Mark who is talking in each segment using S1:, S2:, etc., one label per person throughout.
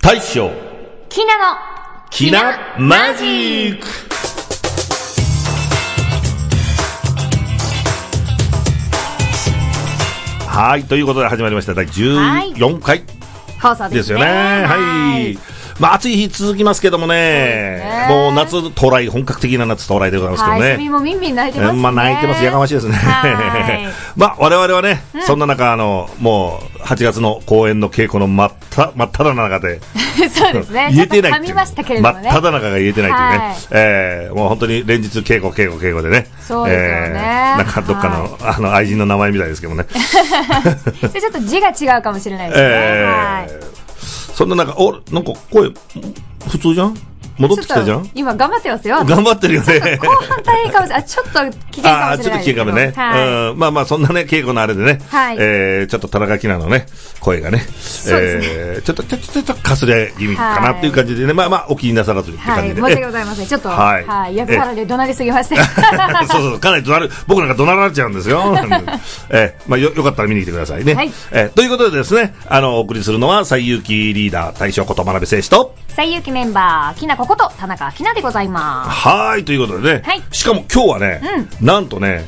S1: 大将、
S2: きなの
S1: きなマジックはい、ということで始まりました。第14回
S2: 放送ですね。
S1: ですよね。はい。まあ、暑い日続きますけどもね。
S2: そうですね
S1: もう夏到来、本格的な夏到来でございますけど
S2: はい。
S1: ね。
S2: セミもみんみん泣いてます
S1: え
S2: ね。
S1: ーまあ泣いてます。やかましいですね
S2: はい。
S1: まあ我々はね、そんな中、あの、もう8月の公演の稽古の真った、真っ只中で、
S2: そうですね。
S1: 言えてない
S2: ちょ
S1: っていう
S2: っと噛みましたけれどもね。
S1: 真っ只中が言えてないというね。
S2: はい
S1: えーもう本当に連日稽古、稽古、稽古でね。
S2: そうですよね
S1: えーなんかどっかの、あの、愛人の名前みたいですけども ね。
S2: でちょっと字が違うかもしれないですね。
S1: え
S2: はい
S1: ーそんな中、お、なんか声、普通じゃん戻ってきたじゃ
S2: ちょっ
S1: ん
S2: と今頑張ってますよ。後
S1: 頑張ってるよね。
S2: 半大変かもしれない。あちょっと危険
S1: あ
S2: か
S1: あ
S2: も
S1: ー、
S2: し
S1: ちょっと
S2: れない
S1: 危
S2: です
S1: 険
S2: けど。
S1: かもね、
S2: はい。
S1: うん。まあまあ、そんなね、稽古のあれでね、
S2: はい
S1: えーちょっと田中希奈のね、声がね、
S2: うです
S1: えーちょっと、ちょっと、ちょっと、かすれ気味かなっていう感じでね、まあまあ、お気になさらずって
S2: は
S1: 感
S2: い。
S1: じ
S2: 申
S1: で。
S2: し訳ございません。ちょっと、
S1: はい
S2: はい。役払いで怒鳴りすぎまして。
S1: え そうそう、かなり怒鳴る、僕なんか怒鳴られちゃうんです よ。えーまあよ、よかったら見に来てくださいね。
S2: はい
S1: えーということでですね、あの、お送りするのは、最有機リーダー、大将こと真鍋誠志と、
S2: 最有機メンバー、きなここと田中きなでございます。
S1: はーい、ということでね、
S2: はい
S1: しかも今日はね、なんとね、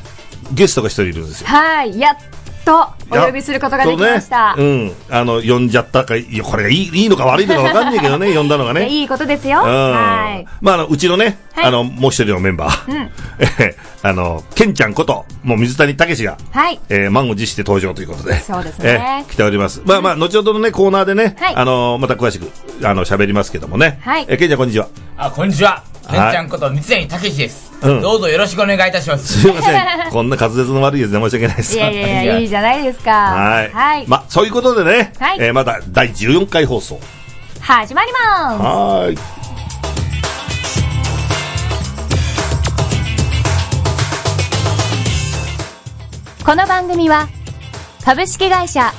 S1: ゲストが一人いるんですよ。
S2: はい。やっと、お呼びすることができました。
S1: そうね、うん。あの、呼んじゃったか、いや、これがいいいいのか悪いのかわかんないけ どね、呼んだのが
S2: いや
S1: ね。
S2: いいことですよ。
S1: うん
S2: はい。
S1: まあ、あの、うちのね、
S2: はい
S1: あの、もう一人のメンバー、
S2: うん
S1: えあの、ケンちゃんこと、もう水谷武が、
S2: はい。
S1: えー、満を持して登場ということで。
S2: そうですね
S1: えー来ております。まあまあ、後ほどのね、コーナーでね、
S2: はい
S1: あの、また詳しく、あの、喋りますけどもね。
S2: はい
S1: えー、ケンちゃんこんにちは。
S3: あ、こんにちは。けんち
S1: はい
S3: ゃんこと三谷武史です、
S1: うん
S3: どうぞよろしくお願いいたします。
S1: すいませ ん。こんな滑舌の悪いですね。申し訳ないです。
S2: いやいやいや、いいじゃないですか。
S1: はい。
S2: はい。
S1: まあ、そういうことでね、
S2: はい
S1: えーまだ第14回放送。
S2: 始まりま
S1: はーい。
S2: す。この番組は、株式会社、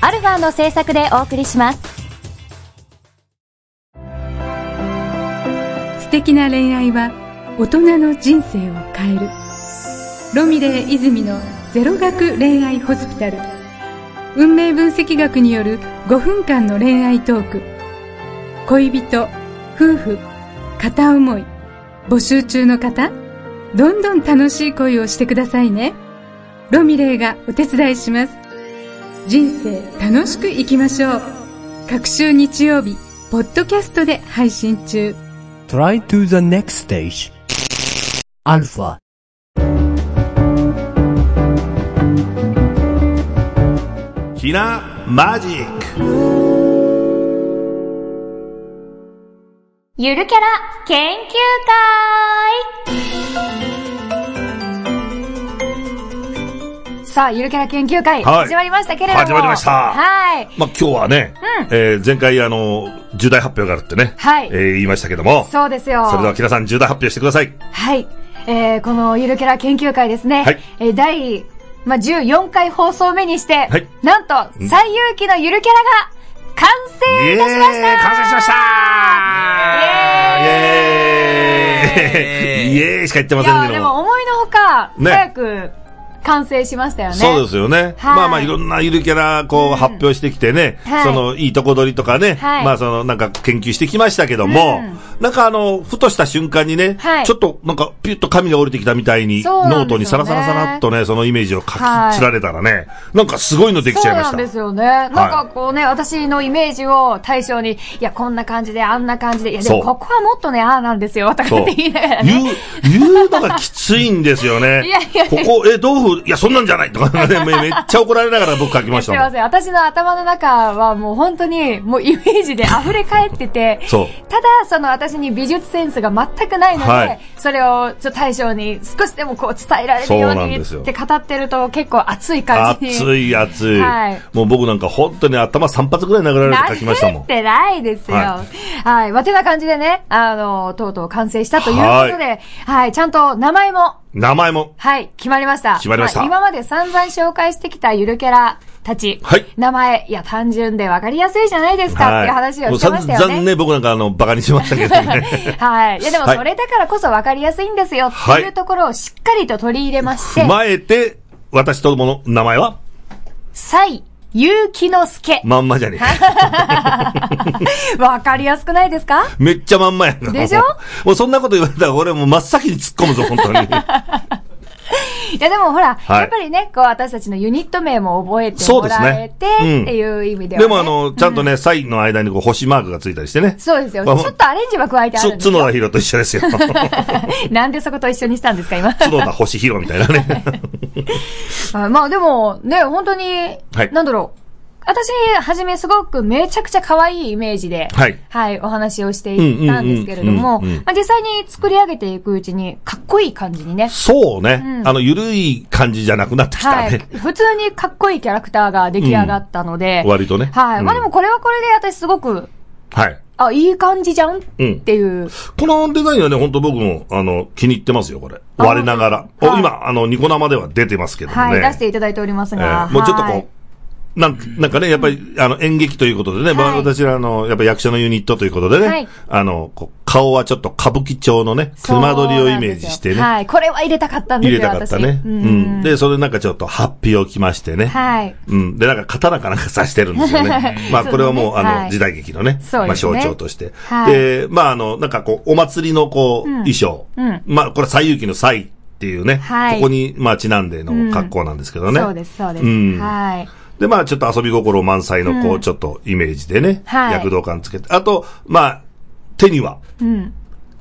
S2: アルファの制作でお送りします。
S4: 素敵な恋愛は大人の人生を変えるロミレー泉のゼロ学恋愛ホスピタル運命分析学による5分間の恋愛トーク恋人夫婦片思い募集中の方どんどん楽しい恋をしてくださいねロミレーがお手伝いします人生楽しく生きましょう各週日曜日ポッドキャストで配信中
S5: Try to the next stage. Alpha.
S1: ひなマジック。
S2: ゆるキャラ研究会さあ、ゆるキャラ研究会、
S1: はい
S2: 始まりましたけれども。
S1: 始まりました
S2: はい。
S1: まあ、今日はね、えー前回、あの、重大発表があるってね、
S2: はい
S1: えー言いましたけども、
S2: そうですよ。
S1: それでは、きなさん、重大発表してください。
S2: はい。えー、このゆるキャラ研究会ですね。
S1: はい
S2: えー、第、まあ、14回放送目にして、
S1: はい
S2: なんと、最有機のゆるキャラが完成いたしました
S1: イエーイ完成しましたイエーイイ
S3: イエーイ
S1: エーイしか言ってま
S2: い
S1: せん
S2: や
S1: け
S2: ー
S1: ど
S2: で
S1: も。
S2: も思いのほか、
S1: ね
S2: 早く完成しましたよね。
S1: そうですよね。
S2: はい
S1: まあまあ、いろんなゆるキャラ、こう、発表してきてね、
S2: はい
S1: その、いいとこ取りとかね、
S2: はい
S1: まあ、その、なんか、研究してきましたけども、なんか、あの、ふとした瞬間にね、
S2: はい
S1: ちょっと、なんか、ピュッと紙が降りてきたみたいに、
S2: そう
S1: ノ
S2: なんですよね
S1: ートにサラサラサラっとね、そのイメージを書き
S2: はい
S1: 連られたらね、なんか、すごいのできちゃいまし
S2: そうなん
S1: た。
S2: ですよね。なんかこうね、私のイメージを対象に、いや、こんな感じで、あんな感じで、いや、でも
S1: そう
S2: ここはもっとね、ああなんですよ、とか
S1: そ
S2: っ
S1: う。
S2: て 言いながらね。
S1: 言う、言うのがきついんですよね。
S2: いやいやいや
S1: ここ、え、豆腐、いや、そんなんじゃないとかね、めめっちゃ怒られながら僕書きまし
S2: す
S1: た
S2: い
S1: も
S2: ま
S1: ん。、
S2: せん。私の頭の中はもう本当に、もうイメージで溢れ返ってて
S1: そう
S2: ただ、その私に美術センスが全くないので、
S1: はい
S2: それをちょっと対象に少しでもこう伝えられるよ
S1: そう
S2: う
S1: なん
S2: に
S1: ですよ
S2: って語ってると結構熱い感じに。
S1: 熱い熱い,、
S2: はい
S1: もう僕なんか本当に頭3発ぐらい殴られて書きましたも
S2: なっ
S1: ん。
S2: てないですよ。
S1: は
S2: はい。まあ、てな感じでね、あの、とうとう完成したということで、
S1: は
S2: はい、ちゃんと名前も、
S1: 名前も。
S2: はい、決まりました。
S1: 決まりました
S2: あ今まで散々紹介してきたゆるキャラたち。
S1: はい
S2: 名前、いや、単純で分かりやすいじゃないですかっていう話をしてました
S1: もう散
S2: よね。
S1: 々ね、僕なんかあの、バカにしましたけどね。
S2: はい。 いや、でも
S1: はい
S2: それだからこそ分かりやすいんですよっていうところをしっかりと取り入れまして、
S1: 踏まえて、私ともの名前は
S2: 最結城之助。
S1: まんまじゃね
S2: わかりやすくないですか
S1: え。めっちゃまんまやな。
S2: でしょ
S1: もうそんなこと言われたら俺もう真っ先に突っ込むぞ、本当に。
S2: いやでもほら、
S1: はい
S2: やっぱりね、こう私たちのユニット名も覚えて
S1: そう
S2: も
S1: です
S2: らえ
S1: ね
S2: て、
S1: うん
S2: っていう意味では、
S1: で
S2: ね。
S1: もあ、の、ちゃんとね、サインの間にこう星マークがついたりしてね。
S2: そうですよ。ち
S1: まあまあ
S2: ょっとアレンジは加えてあ
S1: つ
S2: るんです
S1: 角
S2: よ。
S1: 田博と一緒 ですよ。
S2: なんでそこと一緒にしたんですか、今。
S1: 角田星博みたいな ね。
S2: あまあでも、ね、本当に、
S1: はい
S2: なんだろう。私、はじめすごくめちゃくちゃ可愛いイメージで、
S1: はい
S2: お話をしていたんですけれども、
S1: うんうんうんうんうん
S2: まあ実際に作り上げていくうちに、かっこいい感じにね、
S1: そうね。
S2: うん
S1: あの、ゆるい感じじゃなくなってきた
S2: はい
S1: ね。。
S2: 普通にかっこいいキャラクターが出来上がったので、
S1: 割とね。
S2: はい。まあで
S1: うん
S2: もこれはこれで私すごく、
S1: はい。
S2: あ、いい感じじゃんっ
S1: うん。
S2: ていう。
S1: このデザインはね、本当僕も、あの、気に入ってますよ、これ。
S2: あ
S1: 我ながら。お
S2: はい
S1: 今、あの、ニコ生では出てますけどもね。
S2: はい、出していただいております
S1: え
S2: が。
S1: ーもうちょっと
S2: は
S1: こ、
S2: いう
S1: なんなんかね、やっぱり、あの、演劇ということでね、ま
S2: は
S1: あ
S2: い
S1: 私らの、やっぱ役者のユニットということでね、
S2: はい
S1: あの、こう顔はちょっと歌舞伎町のね、熊取りをイメージして
S2: そう
S1: ね、
S2: なんですよはい。これは入れたかったんです
S1: 入
S2: よ、
S1: れたかったね。
S2: 私
S1: う
S2: うん
S1: ん。
S2: で、
S1: で、それなんかちょっと、ハッピーを着ましてね。
S2: はい。
S1: うん。で、なんか刀かなんか刺してるんですよ ね。まあ、これはもう、
S2: そうね
S1: あ
S2: はい
S1: の、時代劇のね、
S2: そう
S1: まあ、
S2: ですね
S1: 象徴として。
S2: はい
S1: で、まあ、あの、なんかこう、お祭りのこう、
S2: うん
S1: 衣装。
S2: うん
S1: まあ、これ、西遊記の西っていうね、
S2: はい
S1: ここに、まあ、ちなんでの格好なんですけどね。
S2: そうです、そうです。
S1: うん
S2: はい。
S1: で、まあ、ちょっと遊び心満載の、こ
S2: うん
S1: う、ちょっとイメージでね、
S2: はい
S1: 躍動感つけて。あと、まあ、手には、
S2: うん。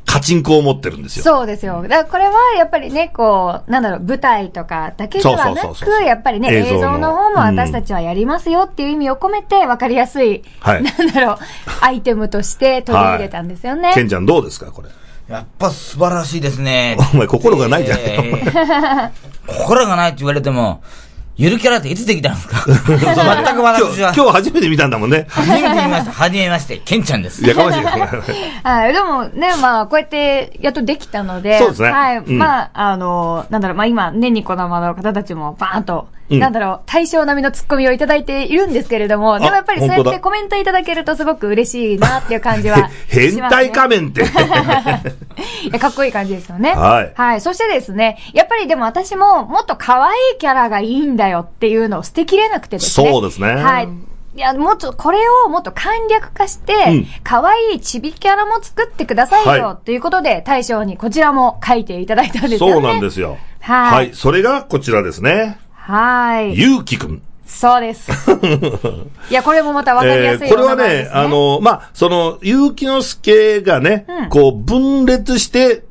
S1: カチンコを持ってるんですよ。
S2: そうですよ。だからこれはやっぱりね、こう、なんだろう、舞台とかだけでは
S1: そ
S2: な
S1: うそうそうそう
S2: く、やっぱりね、映
S1: 映像の
S2: 像の方も私たちはやりますよっていう意味を込めて、わかりやすい、
S1: はい
S2: なんだろう、アイテムとして取り入れたんですよね。
S1: ケンちゃんどうですか、これ。
S3: やっぱ素晴らしいですね。
S1: お前心がないじゃない
S3: えー心がないって言われても、ゆるキャラっていつできたんですか全く
S1: 今日、
S3: 私
S1: 今日
S3: は。
S1: 初めて見たんだもん ね。
S3: 初めて見ました。はじめまして、ケンちゃんです。
S1: やかましいよ、これ。
S2: はい。でもね、まあ、こうやって、やっとできたので、
S1: そうですね
S2: はい。
S1: うん
S2: まあ、あの、なんだろう、まあ今、ね、ニコ生の方たちも、バーンと、
S1: うん
S2: なんだろう、対象並みのツッコミをいただいているんですけれども、でもやっぱりそうやっ
S1: 本当
S2: て
S1: だ。
S2: コメントいただけるとすごく嬉しいなっていう感じは
S1: 変態
S2: か
S1: 仮面って。
S2: い やかっこいい感じですよね。
S1: はい
S2: はい。そしてですね、やっぱりでも私ももっと可愛いキャラがいいんだよっていうのを捨てきれなくてですね。
S1: そうですね
S2: はい。いや、もっと、これをもっと簡略化して、
S1: うん
S2: 可愛いチビキャラも作ってくださいよ、
S1: は
S2: ということで、大将にこちらも書いていただいたんですよね。。
S1: そうなんですすよ。
S2: はい
S1: はい。それがこちらですね。
S2: はい。
S1: ゆうきくん。
S2: そう です。いや、これもまたわかりやすい
S1: これ
S2: お
S1: は
S2: 名前です、
S1: ね、あ、の、まあ、その、ゆうきのすけがね、
S2: うん
S1: こう、分裂して、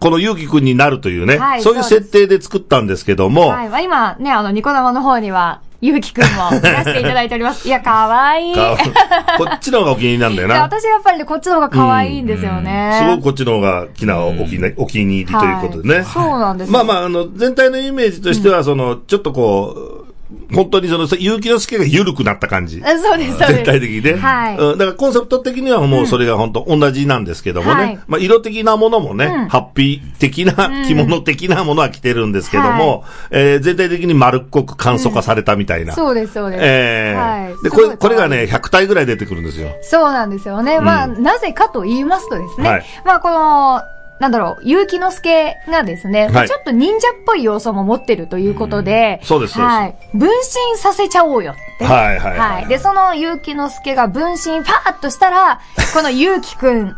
S1: このゆうきくんになるというね、
S2: はい
S1: そういう
S2: そうで
S1: 設定
S2: す
S1: で作ったんですけども、
S2: はい。まあ、今ね、あの、ニコ生の方には、ゆうきくんも出していただいております。いや、可愛い
S1: か こっちの方がお気に入りなんだよ
S2: いや
S1: な。
S2: 私やっぱりね、こっちの方が可愛いんですよね。
S1: すごくこっちの方がきなお気にお気に入りということでね。
S2: はいそうなんですよ
S1: まあまあ、あの、全体のイメージとしては、その、ちょっとこう、本当にその、結城の助が緩くなった感じ。
S2: あそ うです、そうです。
S1: 全体的にね。
S2: はい
S1: うんだからコンセプト的にはもうそれが本当同じなんですけどもね。
S2: はい
S1: まあ色的なものもね、
S2: うん
S1: ハッピー的な、着物的なものは着てるんですけども、えー全体的に丸っこく簡素化されたみたいな。
S2: そうです、そうです。
S1: えー
S2: はい
S1: で、
S2: す
S1: こ
S2: ごい可愛
S1: れ、
S2: い
S1: これがね、100体ぐらい出てくるんですよ。
S2: そうなんですよね。まあ、なぜかと言いますとですね、
S1: はい
S2: まあ、この、なんだろう、結城之助がですね、
S1: はい
S2: ちょっと忍者っぽい要素も持ってるということで、
S1: そうですそうです
S2: はい。分身させちゃおうよって。
S1: はいはい
S2: は。
S1: はいい。
S2: で、その結城之助が分身パーッとしたら、この結城くん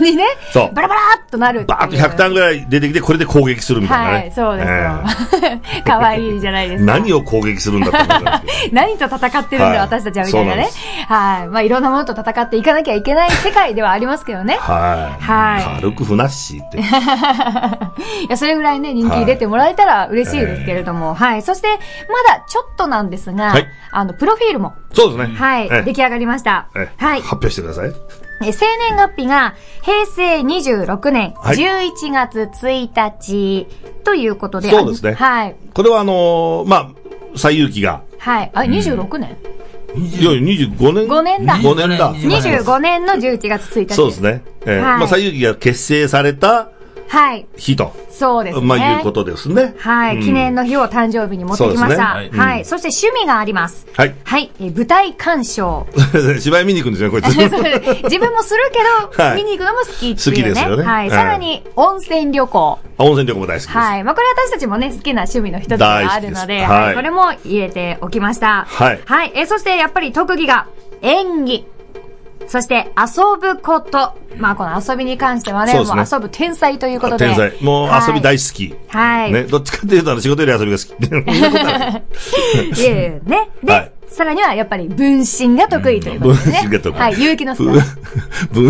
S2: にね
S1: そ、う
S2: バラバラーっとなるっていう
S1: バーッと100体ぐらい出てきて、これで攻撃するみたいなね。
S2: はい、そうです
S1: え
S2: よ。 可愛いじゃないで
S1: ー
S2: す か。
S1: 何を攻撃するんだって話なんですけど
S2: 何と戦ってるん
S1: はい
S2: だ、私たちは、みたいなね
S1: そう。
S2: はい。まあ、いろんなものと戦っていかなきゃいけない世界ではありますけどね。
S1: はい。
S2: はい
S1: 軽くふなっしー って。
S2: いや、それぐらいね、人気出てもらえたら嬉しいですけれども。はい。そして、まだちょっとなんですが
S1: はい、
S2: あの、プロフィールも、
S1: そうですね。
S2: はい
S1: えー、
S2: 出来上がりました
S1: えー。
S2: はい。
S1: 発表してください。
S2: えー生年月日が平成26年
S1: はい
S2: 11月1日ということで。
S1: そうですね
S2: はい。
S1: これはあのーまあ、西遊記が、
S2: はい。あ、26年
S1: いや、25年。
S2: 五年だ
S1: 5年だ。
S3: 25
S2: ?25 年の11月1日。
S1: そうです。ね。えー
S2: はい
S1: まあ、西遊記が結成された、
S2: はい。
S1: 日と、
S2: そうですね。
S1: まあ、いうことですね。
S2: はい、
S1: うん
S2: 記念の日を誕生日に持ってきまし
S1: そう
S2: た。は
S1: で
S2: い、
S1: すねはいうん
S2: そして趣味があります。
S1: はい
S2: はい、えー舞台鑑賞。
S1: 芝居見に行くんですよ、こいつ。
S2: 自分もするけど、
S1: はい
S2: 見に行くのも好きっていうね。
S1: 好きですよね
S2: は
S1: は
S2: い。
S1: い
S2: さらに、温泉旅行。
S1: 温泉旅行も大好きです。
S2: はい。まあ、これ私たちもね、好きな趣味の一つではあるの
S1: 大好き
S2: で、
S1: です
S2: はい
S1: はい
S2: これも入れておきました。
S1: はい
S2: はい。えーそしてやっぱり特技が、演技。そして、遊ぶこと。まあ、この遊びに関してはね、
S1: そうですね
S2: もう遊ぶ天才ということで。
S1: 天才。もう遊び大好き。
S2: はい
S1: ね。どっちかっていうと、あの仕事より遊びが好き。 そんなこと はない
S2: いえいえね。で、
S1: はい
S2: さらにはやっぱり分身が得意ということですね。
S1: 分身が得意
S2: はい、勇 気のスタ
S1: 分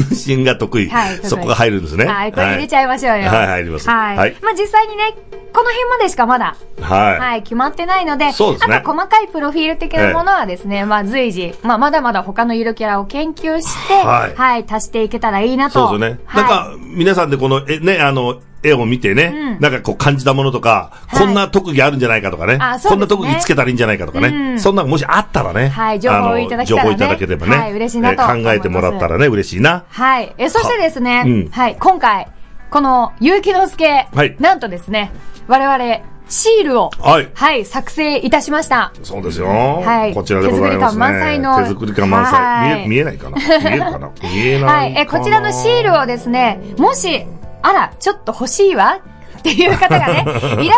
S2: ー。
S1: 分身が得意
S2: はい。得意
S1: そこが入るんですね。
S2: はい、これ入れちゃいましょうよ。
S1: はいはい入ります
S2: はい。
S1: はい
S2: まあ実際にね、この辺までしかまだ、
S1: はい。
S2: はい、決まってないので、
S1: そうですね
S2: あと細かいプロフィール的なものはですね、まあ随時、まあまだまだ他のゆるキャラを研究して、は、
S1: はいい
S2: 足していけたらいいなと。
S1: そうですよね。
S2: はい、
S1: なんか、皆さんでこの、え、ね、あの、絵を見てね、
S2: うん
S1: なんかこう感じたものとか、
S2: はい
S1: こんな特技あるんじゃないかとかね
S2: あそうですね
S1: こんな特技つけたらいいんじゃないかとかね、
S2: うん
S1: そんなのもしあったらね、
S2: はい情報をいただけたらね
S1: あの情報いただければね、
S2: はい嬉しいなと
S1: えー考えてもらったらね、嬉しいな。
S2: はい。え、そしてですね、
S1: はうん
S2: はい、今回、この、結城之助、
S1: はい
S2: なんとですね、我々、シールを、
S1: はい
S2: はい、作成いたしました。
S1: そうですよ、
S2: はい
S1: こちらでございますね。
S2: 手作り感満載の
S1: 手作り感満載。
S2: はい
S1: 見え、見えないかな見えるかな見え
S2: は
S1: ないか
S2: い、
S1: な。
S2: え、こちらのシールをですね、もし、あら、ちょっと欲しいわっていう方 がね、いらっしゃいまし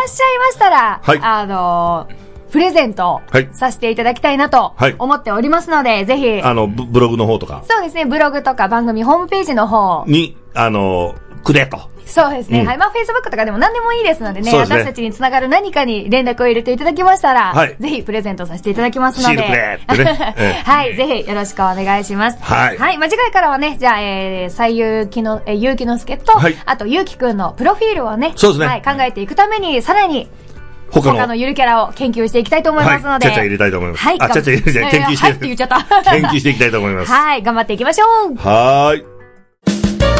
S2: たら、
S1: はい
S2: あのープレゼントを
S1: はい
S2: させていただきたいなと
S1: はい
S2: 思っておりますので、ぜひ、
S1: あの、ブブログの方とか
S2: そうですね、ブログとか番組ホームページの方、
S1: に、あの、くれと。
S2: そうですね、
S1: うん
S2: はい、まあ、Facebook とかでも何でもいいですのでね、
S1: そうですね
S2: 私たちにつながる何かに連絡を入れていただきましたら、
S1: はい
S2: ぜひプレゼントさせていただきますの
S1: シー
S2: で、
S1: ルくれってね。ええ
S2: はい、ぜひよろしくお願いします。
S1: はい
S2: まあ、次回からはね、じゃあ、えー、最有機の、えー、ゆうきのすけと、
S1: はい
S2: あと、ゆうきくんのプロフィールをね、
S1: そうですね
S2: はい、考えていくために、さらに、
S1: 他の
S2: 他のゆるキャラを研究していきたいと思いますので、
S1: はい、ちゃちゃ入れたいと思います。
S2: はい
S1: あ、ちゃちゃ入れたい。研究して。
S2: はいって言っちゃった
S1: 研究していきたいと思います。
S2: はい、頑張っていきましょう
S1: はーい。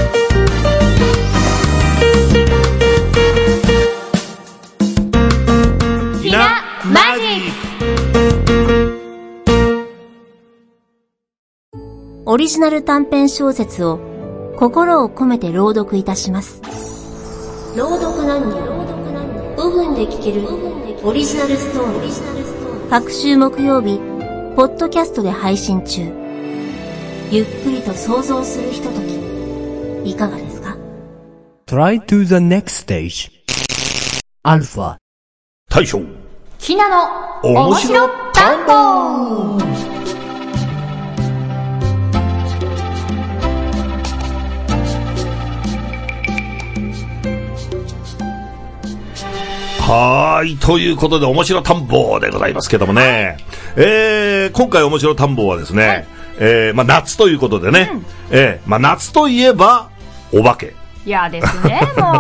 S2: ひなマジッ
S6: オリジナル短編小説を心を込めて朗読いたします。朗読なんに5分で聞けるオリジナルストーリー。各週木曜日、ポッドキャストで配信中。ゆっくりと想像するひととき、いかがですか
S5: Try to the next stage. Alpha.
S1: 大将。
S2: ひなの
S1: 面白
S2: 探訪
S1: はーい。ということで、面白探訪でございますけどもね。えー、今回面白探訪はですね、えー、まあ夏ということでね、えー、まあ夏といえば、お化け。
S2: いやですね、もう、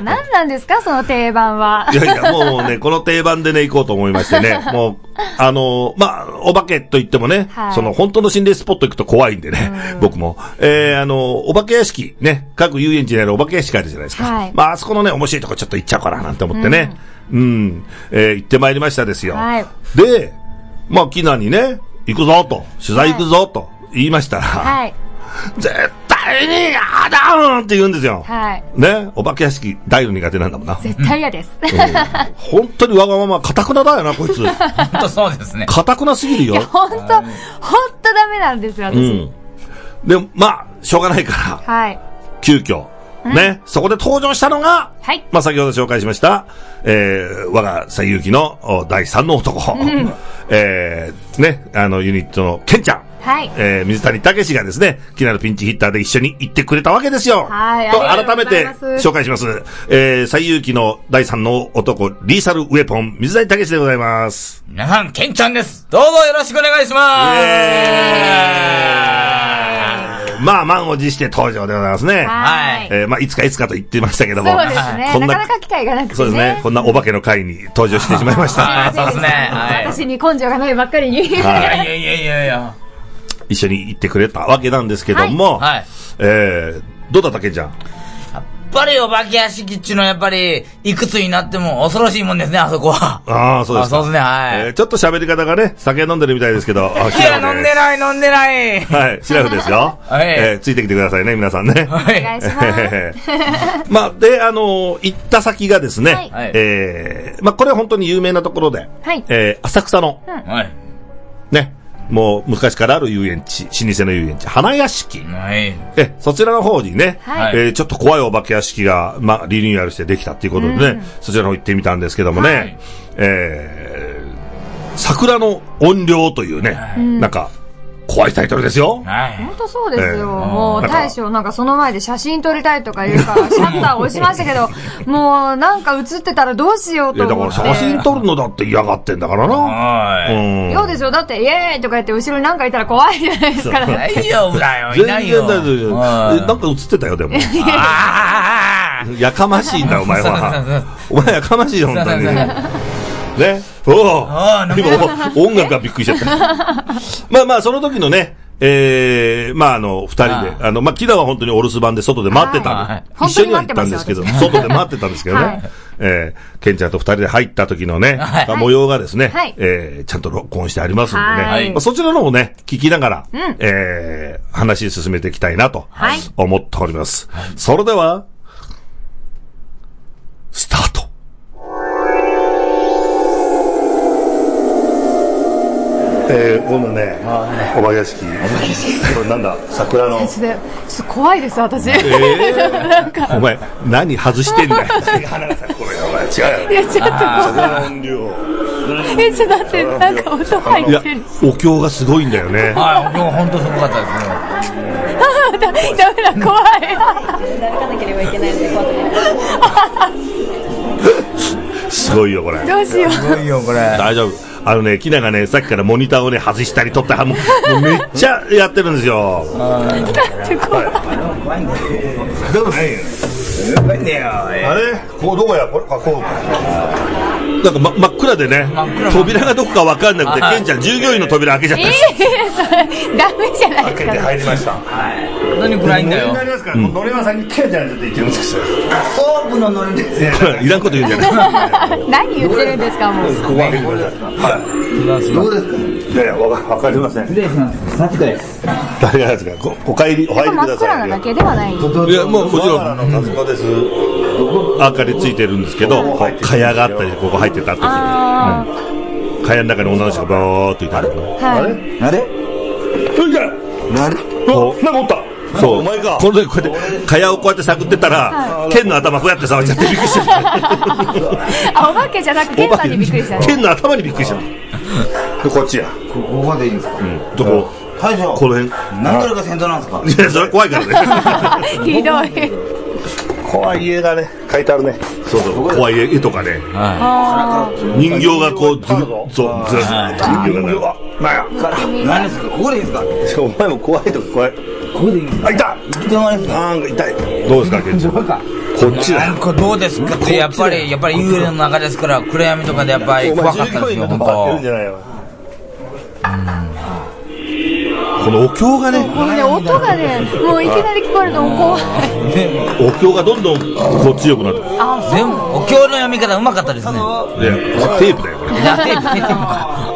S1: 。
S2: 何なんですか、その定番はい
S1: やいや、もうね、この定番でね、行こうと思いまして ね。もう、あのーまあ、お化けといってもね、
S2: はい
S1: その本当の心霊スポット行くと怖いんでね、僕も。えー、あのーお化け屋敷、ね、各遊園地にあるお化け屋敷あるじゃないですか。
S2: はい
S1: まあ、あそこのね、面白いとこちょっと行っちゃおうかな、なんて思ってね。うん、えー行ってまいりましたですよ。
S2: はい
S1: で、まあ、キナにね、行くぞと、取材行くぞと言いましたら、
S2: はい、
S1: 絶対に嫌だーんって言うんですよ。
S2: はい。
S1: ね、お化け屋敷、大の苦手なんだもんな。
S2: 絶対嫌です。
S1: うん本当にわがまま、かたくなだよな、こいつ。
S3: 本当そうですね。
S1: かたくなすぎるよ。
S2: 本当本当ダメなんですよ、
S1: う
S2: 私。
S1: ん。で、まあ、しょうがないから、
S2: はい。
S1: 急遽、ね、そこで登場したのが、
S2: はい
S1: まあ、先ほど紹介しました、えー、我が西遊記のお第3の男、 えー、ね、あの、ユニットのケンちゃん。
S2: はい。
S1: えー、水谷武がですね、気になるピンチヒッターで一緒に行ってくれたわけですよ。
S2: はい
S1: と、
S2: ありがとう
S1: 改
S2: ご
S1: め
S2: ざ
S1: て
S2: います
S1: 紹介します。えー、最遊記の第3の男、リーサルウェポン、水谷武でございます。
S3: 皆さん、ケンちゃんです。どうぞよろしくお願いします。
S1: まあ、満を持して登場でございますね。
S2: はい。
S1: えー、まあ、いつかいつかと言ってましたけども。
S2: そうですね。
S1: こん
S2: なかなか機会がなくてね。
S1: そうですね。こんなお化けの会に登場してしまいました。
S3: あそうですね。はい。
S2: 私に根性がないばっかりに。
S1: はいい。
S3: やいやいやいや。
S1: 一緒に行ってくれたわけなんですけども、
S3: はい。
S1: えー、どうだったけんちゃん
S3: ぱりお化け屋敷っちゅうのはやっぱり、いくつになっても恐ろしいもんですね、あそこは。
S1: ああ、そうですか。
S3: あそうですねはい
S1: えーちょっと喋り方がね、酒飲んでるみたいですけど。あ
S3: いや、飲んでない、飲んでない。
S1: はい、シラフですよ。
S3: はい
S1: えーついてきてくださいね、皆さんね。
S3: は
S2: お願い
S3: い。
S2: します。
S1: まあ、で、あのー行った先がですね、
S3: はい
S1: えーまあ、これは本当に有名なところで、
S2: はい
S1: えー浅草の、
S3: はい。
S1: ね、もう昔からある遊園地、老舗の遊園地、花屋敷。
S3: はい。
S1: え、そちらの方にね、
S2: はい
S1: えーちょっと怖いお化け屋敷が、まあ、リニューアルしてできたっていうことでね、そちらの方行ってみたんですけどもね、
S3: はい
S1: えー桜の怨霊というね、なんか、怖いタイトルですよ。
S3: はい
S2: 本。当そうですよ。
S1: ええ
S2: もう
S1: なんか
S2: 大将なんかその前で写真撮りたいとか言うから、シャッター押しまし たけど、もうなんか映ってたらどうしよう
S1: い
S2: と
S1: や、だか
S2: 思っ
S1: ら
S2: て。
S1: 写真撮るのだって嫌がってんだからな。う
S3: は
S1: ん。
S2: そうですよ。だって、イエーイとか言って後ろになんかいたら怖いじゃないですか。
S3: い。大丈夫だよ、い
S1: 全
S3: な
S1: 然
S3: いよ。
S1: 大丈夫です
S3: はい
S1: えなんか映ってたよ、 でも。
S3: あー
S1: やかましいんだ、お前は。お前やかましいよ、本当に。
S3: そうそう
S1: ね。お
S3: あー
S1: お今、お音楽がびっくりしちゃ った。まあまあ、その時のね、ええまああの、二人で
S3: あ、
S1: あの、まあ、キダは本当にお留守番で外で待って
S3: は
S1: た
S3: い
S1: んで、一緒には行ったんですけど、
S2: 本
S1: 外で待ってたんですけど
S2: は
S1: ね
S2: い。
S1: えー、ケンちゃんと二人で入った時のね
S3: は、い
S1: 模様がですね、
S2: はい
S1: えーちゃんと録音してありますんでね、
S2: はい
S1: まあそちらの方をね、聞きながら、
S2: ん
S1: えー話進めていきたいなと
S2: はい
S1: 思っております。それでは、スタート。えー、このね、お化け屋敷。これなんだ、桜の。
S2: ちょっと怖いです、私。い
S1: お前、何外してん だよ。これ、お前、違うよ。
S2: や、ちょっ
S1: 桜の音量。
S2: と、え、ちょっと待って、なんか音入
S1: いや
S2: ってるし。、
S1: お経がすごいんだよね。
S3: はい。今日本当すごかったですね。
S2: ダメだ、怖い。
S1: すごいよ、これ。
S2: どうしよう。
S3: すごいよ、これ。
S1: 大丈夫。あのね、キナがね、さっきからモニターをね、外したり取ったり、もうもうめっちゃやってるんですよ。
S3: 怖いんだよ。
S1: あれこうどこやこれあこうなんか、ま、真っ暗でね
S3: 暗
S1: 扉がどこか分かんなくて
S3: はい
S1: ケンちゃん従業員の扉開けちゃったん
S2: い
S1: です
S2: や、それ、 ダメじゃないですか。
S1: 入りました
S3: 何暗いんだよ。
S1: ますから、のれまさんにケンちゃんちょっと行ってるんです
S7: ソープの乗りですね。
S1: いらんこと言うんじゃない
S2: 何言ってるんですか、もう。
S1: ここ開けてください
S7: どうです
S1: いやいやわかわかりません
S7: 礼します。さすがです。
S1: 大丈夫ですかごお帰りお入り
S2: 真
S1: く
S2: っ
S1: ださい
S2: 暗なだけではない。
S1: いやもうもちろん
S7: の達子です。
S1: 明かりついてるんですけどこう蚊帳があったりここ入ってたって
S2: あ
S1: 蚊帳の中に女の人がバーっといたりとか
S2: あ、はい。
S7: あれ
S1: それじゃあ
S7: なる
S1: こうなんかおったそうお前かこの時こうやって蚊帳をこうやって探ってたら剣の頭こうやって触っちゃってびっくりしちゃった
S2: あ、お化けじゃなく、ケンさんにびっくりした。
S1: 剣の頭にびっくりしちゃったこっちや
S7: ここまでいいんですか
S1: どこ
S7: 大将。
S1: この 辺
S7: 何ドルが先頭なんですか
S1: いやそれ怖いからね
S2: ひどい。
S1: 怖い家がね書いてあるねそうそう怖い家とかね人形がこうずるそうずらずらっと人形がなんや
S7: 何ですかここでいいんですか
S1: お前も怖いとこ怖い
S7: ここでいいんですか
S1: あいた
S7: いつの間にですか
S1: なんか痛いどうですかケンちゃんこ
S7: バカ
S1: っちだ
S3: なんかどうですかって、やっぱり、やっぱり幽霊の中ですから、暗闇とかでやっぱり怖かったですよ、本当。
S1: ゃないよこのお経がね
S2: もうね、音がね、もういきなり聞こえるのも怖い。
S3: で
S1: お経がどんどんこう強くなってくる
S2: あ、
S3: 全部、お経の読み方うまかったですね。
S1: いやテープだよこれ
S3: いやテープテープか。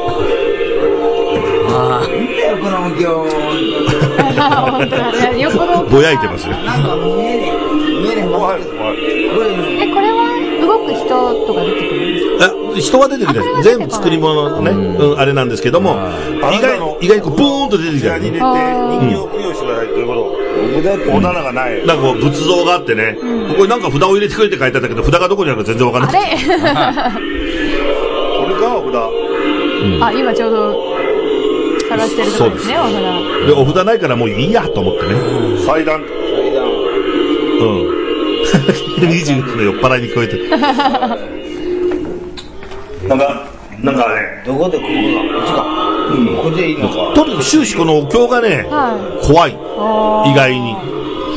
S7: なんだよこの音響
S2: そう、本当だね。横の。
S1: ぼやいてますよ
S7: なんか見えねえ見えねえ怖い怖いこれ
S2: え、これは動く人とか出てくるんです
S1: あ人は出てくるんです
S2: あ
S1: 全部作り物のね、うん、あれなんですけども意外意外にこうボーンと出てきたりね
S2: かあ
S1: うんなんかこう仏像があってね、ここになんか札を入れてくれって書いてあったけど札がどこにあるか全然わかん
S2: ーあ
S1: ない
S2: れ
S1: これか
S2: あ、今ちょうど探してるところですね、お花。
S1: 札でお札ないからもういいやと思ってね祭壇うん21の酔っ払いに聞こえてるなんかなんかね
S7: どこでここがこっちかうんこっちでいいのか
S1: とにかく終始このお経がね、
S2: は
S1: 怖い
S2: あー
S1: 意外に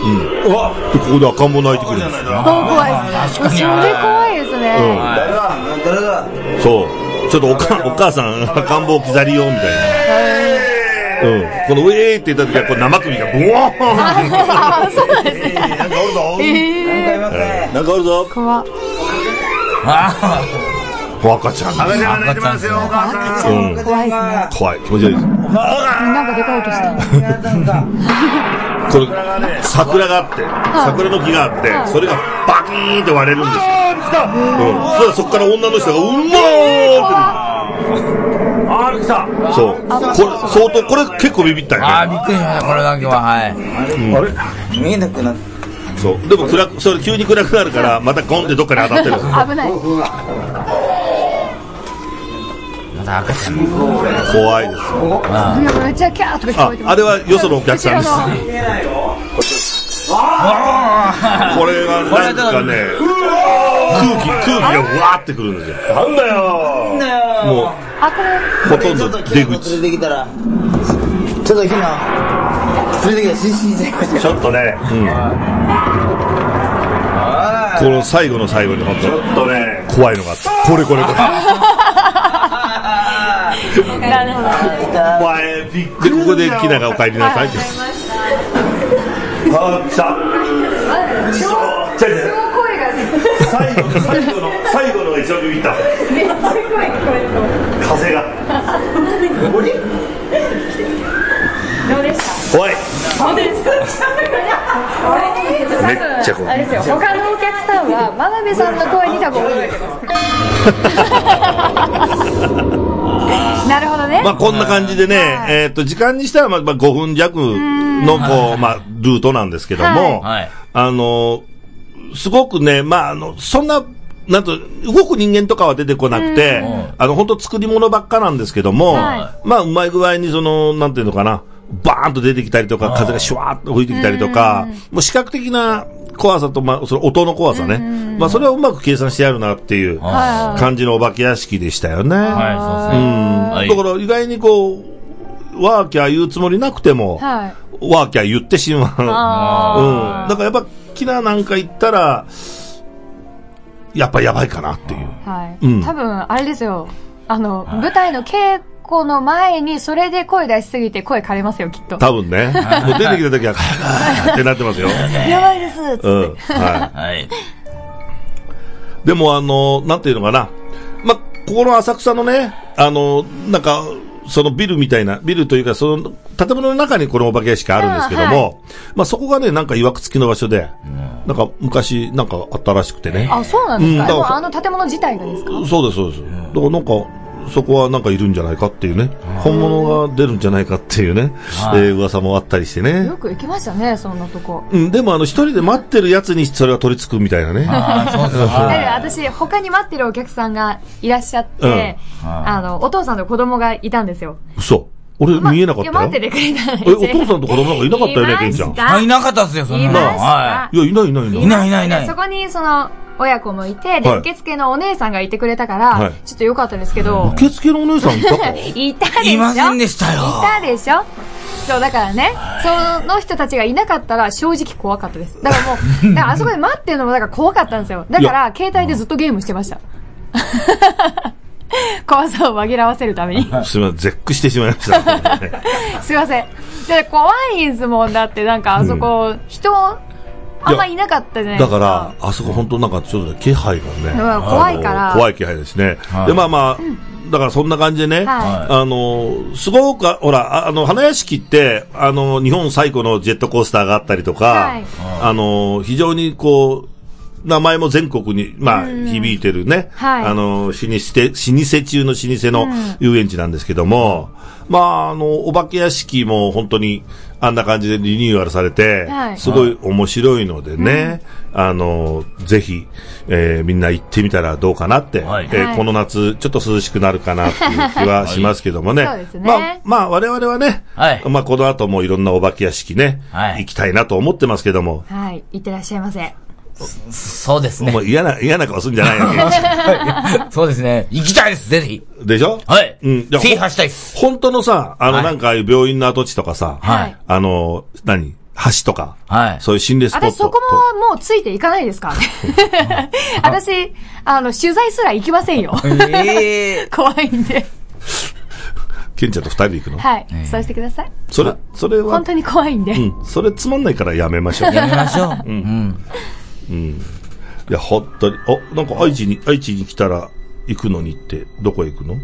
S1: うんうわでここで赤ん坊泣いてくるんですよ
S2: あー、怖いです。それ怖いですね。
S7: 誰だ誰だ
S1: そうちょっとおかお母さん赤ん坊置き去りよみたいな、うん、この「ウェー」って言った時はこう生首がブワーン
S2: あ、そうなんですね。
S7: なんかおるぞ
S2: えー
S7: 何回ません
S1: なんかあるぞ。
S2: 怖っ
S3: あ
S1: 赤ちゃんが。
S3: ちゃん泣いてますよお母
S1: さん
S7: 赤ちゃんが
S1: 怖い。気持ち悪いです。
S2: なんかでかい音した
S7: 赤ちゃんなんか
S1: これ、桜があって、桜の木があって、それがバキーンって割れるんですよ。うん、そしたらそこから女の人が、うまーって。そう。これ、相当、これ結構ビビったよね。
S3: あ、びっくりしました、これだけは。はい。
S7: 見えなくなっ
S1: そうでも暗くそれ急に暗くなるからまたゴンってどっかに当たってる
S2: 危ない
S3: また赤ちゃん。
S1: 怖いですよ
S2: なんかめっちゃキャーとか聞
S1: あ
S2: こえてます
S1: あれはよそのお客さんです
S2: 後ろの
S1: これがなんかね空気空気がうわーってくるんですよなんだよ
S7: た
S1: もう
S2: あこれ
S1: ほとんど出口
S7: 連れてきたらちょっとひな連れてきたらシーシーゼク
S1: ちょっとね、うん、この最後の最後に本当ちょっとね怖いのがあったこれこれこれ
S2: なるほど
S1: お前びっくりここでキナがお帰りなさいってあっちゃちゃちゃ
S2: 声が
S1: 最後の最後の最後のが一番ビビった風 が
S2: どうでした
S1: おい
S2: め
S1: っちゃ怖い
S2: あれですよ他のお客さんは真鍋さんの声に多分驚いてますなるほどね、
S1: まあこんな感じでね、えーっと時間にしたらまあまあ5分弱のこうまあルートなんですけども、
S3: はいはい
S1: あのすごくねまああのそんななんと動く人間とかは出てこなくて、
S3: うん
S1: あの本当作り物ばっかなんですけども、
S2: は
S1: まあうまい具合にそのなんていうのかなバーンと出てきたりとか風がシュワーッと吹いてきたりとか、もう視覚的な怖さと、まあ、その音の怖さね、まあそれはうまく計算してやるなっていう
S2: は
S1: 感じのお化け屋敷でしたよね。
S3: はい、そうですね。は
S1: う
S3: い
S1: んだから意外にこう、ワーキャー言うつもりなくても、
S2: いはい
S1: ワーキャー言ってしまう。
S2: あ
S1: うん。だからやっぱ、キラーなんか言ったら、やっぱやばいかなっていう。
S2: ーはい、
S1: うん
S2: 多分あれですよあの、舞台の稽古の前にそれで声出しすぎて声枯れますよきっと
S1: 多分ね。もう出てきた時は、カーってなってますよ。
S2: やばいですつって
S1: うん。は
S3: はい。
S1: い。でもあの、なんていうのかな。ま、ここの浅草のね、あの、なんか、そのビルみたいな、ビルというか、その建物の中にこのお化け屋敷あるんですけども、まあそこがね、なんか曰く付きの場所で、なんか昔なんかあったらしくてね。
S2: あそうなんですか,、
S1: うんだから
S2: あの建物自体がですか
S1: そうです、そうです。だからなんか、そこはなんかいるんじゃないかっていうね。本物が出るんじゃないかっていうね。えー噂もあったりしてね
S2: よ。く行きましたねそんなとこ
S1: うん、でもあの、一人で待ってるやつにそれは取り付くみたいなね。
S3: あーそうそう。
S2: だ
S3: は
S2: から私、他に待ってるお客さんがいらっしゃって、あの、お父さんと子供がいたんですよ。
S1: 嘘。俺見えなかっ
S2: い
S1: た
S2: や、
S1: よ。
S2: 待っててくれたん
S1: え、お父さんと子供なんかいなかったよね、ケンちゃん。
S3: い。いなかったっすよ、そんなの。
S2: いました
S3: はい
S1: や、いないいないいない
S3: い。い。ないいないいない
S2: そ。こに、その、親子もいて、で、
S1: はい
S2: 受付のお姉さんがいてくれたから、
S1: はい
S2: ちょっと良かったですけど、
S1: 受付のお姉さんいた か
S2: いたでしょ
S3: いませんでしたよ
S2: いたでしょそう、だからね、その人たちがいなかったら正直怖かったです。だからもう、だからあそこで待ってるのもだから怖かったんですよ。だから、携帯でずっとゲームしてました。 怖さを紛らわせるため に。
S1: すみません、絶句してしまいました。
S2: すいません。で、怖いんすもんだって、なんかあそこ、人、あんまいなかったじゃないで
S1: だ
S2: すか。
S1: から、あそこ本当なんかちょっと気配がね。
S2: うん怖いから
S1: あの怖い気配ですね。
S3: はい
S1: で、まあまあ、だからそんな感じでね、
S2: は
S1: あの、すごく、ほら、ああの、花屋敷って、あの、日本最古のジェットコースターがあったりとか、
S2: はい
S1: あの、非常にこう、名前も全国に、まあ、響いてるね。
S2: はい
S1: あの、老舗、老舗中の老舗の遊園地なんですけども、まあ、あの、お化け屋敷も本当に、あんな感じでリニューアルされて、
S2: はい
S1: すごい面白いのでね、あの、ぜひ、えーみんな行ってみたらどうかなって、
S3: はい
S1: えー
S2: はい
S1: この夏、ちょっと涼しくなるかなっていう気はしますけどもね。
S2: はいそうですね
S1: まあ、まあ、我々はね、
S3: はい
S1: まあ、この後もいろんなお化け屋敷ね、
S3: はい
S1: 行きたいなと思ってますけども、
S2: はい。いってらっしゃいませ。
S3: そうですね
S1: も。う嫌な、嫌な顔するんじゃ ない
S3: そうですね。行きたいです、ぜひ。
S1: のでしょ
S3: はい。
S1: うん。
S3: 制覇
S1: し
S3: したいっす。
S1: 本当のさ、あの、
S3: はい
S1: なんかああいう病院の跡地とかさ、
S3: はい。
S1: あの、何橋とか、
S3: はい。
S1: そういう心霊スポッ
S2: 私
S1: ト。
S2: そこももうついていかないですからね 私、あの、取材すら行きませんよ。
S3: ええ
S2: 怖いんで。
S1: ケンちゃんと二人で行くの。
S2: はい
S3: え。
S2: そうしてください。
S1: それ、それは
S2: 本、当に怖いんで。
S1: うん、それつまんないからやめましょう。
S3: やめましょう。うん。
S1: いや、本当に。あ、なんか愛知に、愛知に来たら行くのにって、どこへ行くの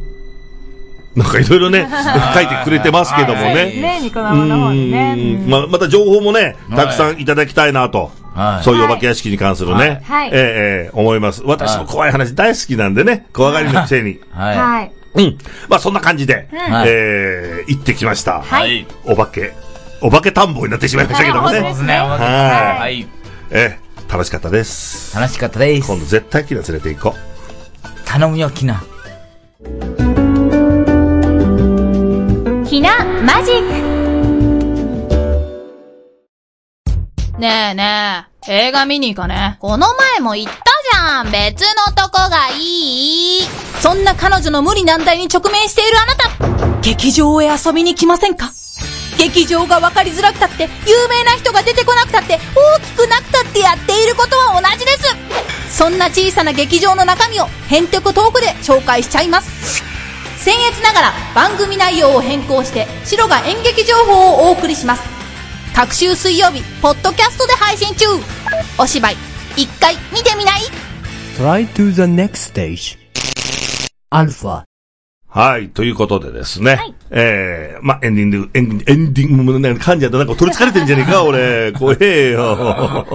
S1: なんかいろいろ ね、書いてくれてますけども
S2: そうです
S1: ね。
S2: ね、ニコ生の方にね。
S1: うんまあ、また情報もね、たくさんいただきたいなと。
S3: はい
S1: そういうお化け屋敷に関するね、
S2: はい
S1: ええええ思います。私も怖い話大好きなんでね、怖がりのくせに。
S3: はい。は
S2: はい。
S1: うん。まあそんな感じで、
S3: はい
S1: ええ行ってきました。
S3: い。
S1: お化け、お化け田んぼになってしまいましたけども
S3: そう
S1: ね。
S3: ですね。
S1: はい
S3: はい。
S1: ええ楽しかったです。
S3: 楽しかったです
S1: 今。度絶対キラ連れて行こ
S3: 頼むよ、きな。
S8: ひなマジッ
S9: ねえねえ、映画見に行かね
S8: ク。この前も言ったじゃん別のとこがいい
S9: そんな彼女の無理難題に直面しているあなた劇場へ遊びに来ませんか劇場が分かりづらくたって、有名な人が出てこなくたって、大きくなくたってやっていることは同じですそんな小さな劇場の中身を、ヘンテコトークで紹介しちゃいます僭越ながら番組内容を変更して、白が演劇情報をお送りします。各週水曜日、ポッドキャストで配信中お芝居、一回見てみない
S5: Try to the next stage. Alpha.
S1: う。はい、ということでですね。
S8: はい
S1: ええまあエンディング、エンエンディングもなんか噛んじゃった。なんか取り憑かれてんじゃねえか、俺。怖え よ。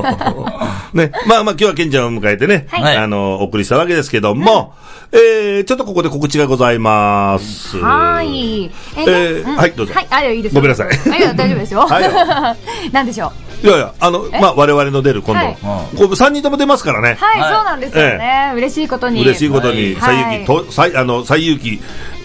S1: ね。まあまあ今日はケンちゃんを迎えてね、
S3: はい
S1: あの、お送りしたわけですけども、ええちょっとここで告知がございます。
S2: はー。い。え
S1: えーはいどうぞ
S2: はい、あ、いやいいです
S1: ごめんなさい
S2: あいや、大丈夫ですよ。
S1: はい
S2: い。 なんでしょう。
S1: いやいや、あの、まあ我々の出る今
S2: はい
S1: 度、こう3人とも出ますからね。
S2: はい、
S3: はい
S2: そうなんですよね。嬉しいことに。
S1: 嬉しいことに、
S2: はい
S1: 最ゆきと、最、あの、最ゆき、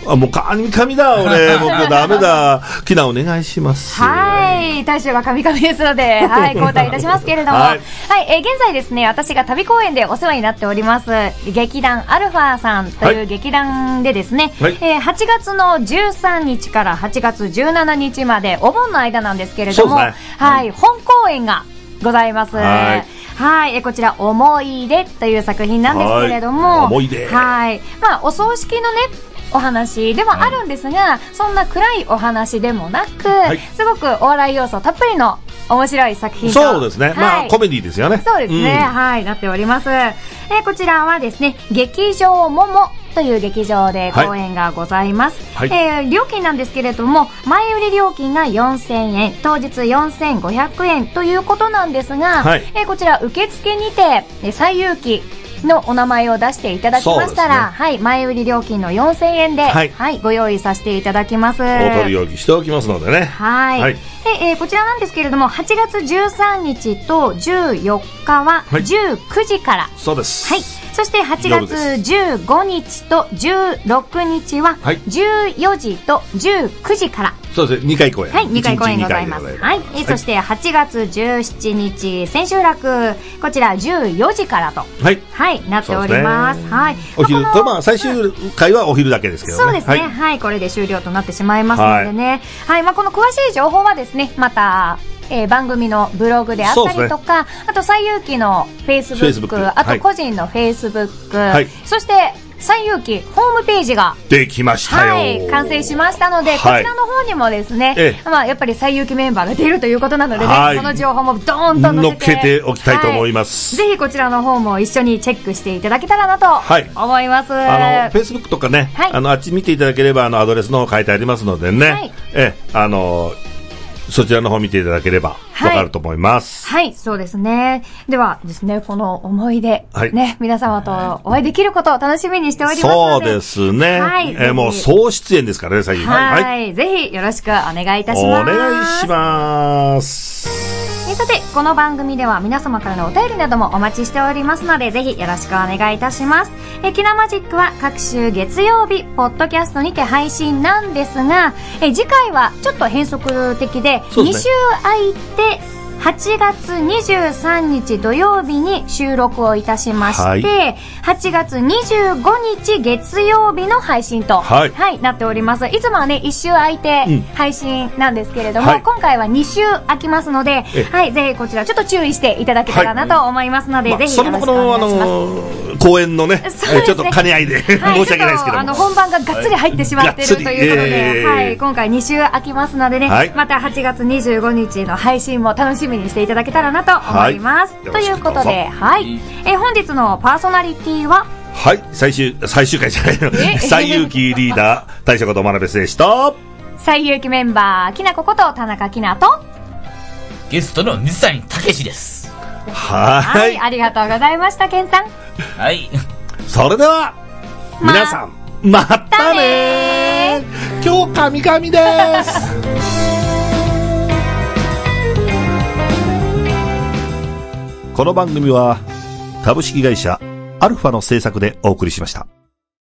S1: あ、もう、神々だ、 俺。もう、ダメだ。きな、お願いします。
S2: はい。大将が神々ですので、 はい、交代いたしますけれども。
S1: は
S2: はいい、えー現在ですね、私が旅公演でお世話になっております、劇団アルファさんと
S1: はいいう
S2: 劇団でですね、
S1: はい
S2: えー8月の13日から8月17日まで、お盆の間なんですけれども、
S1: そうですね
S2: はい、本公演がございます。
S1: はい
S2: はい、えーこちら、思い出という作品なんですけれど
S1: はい
S2: も、
S1: 思い出
S2: はい。まあ、お葬式のね、お話ではあるんですが、そんな暗いお話でもなく、
S1: い
S2: すごくお笑い要素たっぷりの面白い作品と
S1: そうですね。
S2: はい
S1: まあ、コメディですよね。
S2: そうですね、
S1: ん
S2: はい、なっております。えーこちらはですね、劇場ももという劇場で
S1: はい
S2: 公演がございます。
S1: はい
S2: えー料金なんですけれども、前売り料金が4000円、当日4500円ということなんですが、
S1: はい
S2: えーこちら受付にて、えー最有機のお名前を出していただきましたら、
S1: そうですね
S2: はい、前売り料金の4000円で、
S1: はい
S2: ご用意させていただきます。
S1: お取り置きしておきますのでね。
S2: はい、
S1: はい
S2: でえーこちらなんですけれども8月13日と14日は
S1: はい
S2: 19時から、はい
S1: そうです。
S2: そして8
S1: 夜
S2: 月
S1: で
S2: 15日と16日は
S1: はい
S2: 14時と19時から、
S1: そうですね。2回公演。
S2: はい、2回
S1: 一日
S2: 公演ございます。
S1: 二回で
S2: はい、えーそして8月17日千秋楽こちら14時からと、
S1: はい。
S2: はい、なっております。
S1: そうですね
S2: はい、
S1: お昼、
S2: まあ
S1: これまあ、最終回はお昼だけですけどね。
S2: そうですね、はい、
S1: はい
S2: これで終了となってしまいますのでね、はい、まあこの詳しい情報はですね、また。えー番組のブログであっ
S1: そう
S2: た
S1: で
S2: り
S1: すね
S2: とか、あと最有機のフェイスブッ
S1: Facebook
S2: ク、あ
S1: は
S2: と
S1: い
S2: 個人のフェイスブック、
S1: はい
S2: そして最有機ホームページが。
S1: できましたよ。
S2: はい、完成しましたので、こち
S1: はい
S2: らの方にもですね、
S1: ええ
S2: まあやっぱり最有機メンバーが出るということなのでね、
S1: はい
S2: この情報もドーンと載
S1: 乗
S2: せ
S1: ってけておきたいと思います。
S2: ぜひこちらの方も一緒にチェックしていただけたらなと
S1: はい
S2: 思います。
S1: あの、フェイスブックとかね、
S2: はい
S1: あの、あっち見ていただければ、あの、アドレスの方書いてありますのでね、
S2: はい
S1: ええ、あの、そちらの方見ていただければ、わ
S2: はい
S1: かると思います。
S2: はい、そうですね。ではですね、この思い出、
S1: はい
S2: ね、皆様とお会いできることを楽しみにしております
S1: そ
S2: の
S1: う
S2: で。
S1: で。すね。
S2: はい
S1: ええもう
S2: ぜひ
S1: 総出演ですからね、最近。
S2: はい、
S1: い。
S2: ぜひよろしくお願いいたし
S1: お
S2: ます。
S1: 願いし
S2: す。
S1: ます。
S2: さて、この番組では皆様からのお便りなどもお待ちしておりますので、ぜひよろしくお願いいたします。え、キナマジックは各週月曜日、ポッドキャストにて配信なんですが、え、次回はちょっと変則的で、
S1: そうで
S2: 2
S1: す
S2: 週空いて、8月23日土曜日に収録をいたしまして、
S1: はい
S2: 8月25日月曜日の配信と、
S1: はい
S2: なっております。いつもはね、1週空いて
S1: うん
S2: 配信なんですけれども、
S1: はい
S2: 今回は2週空きますので
S1: ええ、
S2: はい、ぜひこちらちょっと注意していただけたらなと思いますので、
S1: まあ
S2: ぜひ
S1: そ
S2: よ
S1: れ
S2: ろ
S1: も
S2: し
S1: こ
S2: く
S1: の、
S2: お
S1: あ
S2: 願いします。
S1: の、公演のね、え
S2: そうですね
S1: ーちょっと兼ね合いで、
S2: はい
S1: 申し訳ないですけ
S2: ちょっと
S1: ど
S2: あ
S1: も。
S2: の本番ががっつり入ってしまってる
S1: がっつり
S2: ということで、
S1: えー
S2: はい、今回2週空きますのでね、
S1: はい
S2: また8月25日の配信も楽しみにしていただけたらなと思います。
S1: はい
S2: ということ
S1: よ
S2: で、
S1: ろ
S2: はい、えー本日のパーソナリティは、
S1: はい、最終、最終回じゃないの
S2: え。
S1: 最有機リーダー、大将こと真鍋選手と、
S2: 最有機メンバー、きなここと田中きなと、
S3: ゲストの水谷武史です。
S1: は
S2: はいい、。ありがとうございました、けんさん。
S3: はい。
S1: それでは、
S2: ま
S1: 皆さん、またねー今日、神々 ですこの番組は、株式会社アルファの制作でお送りしました。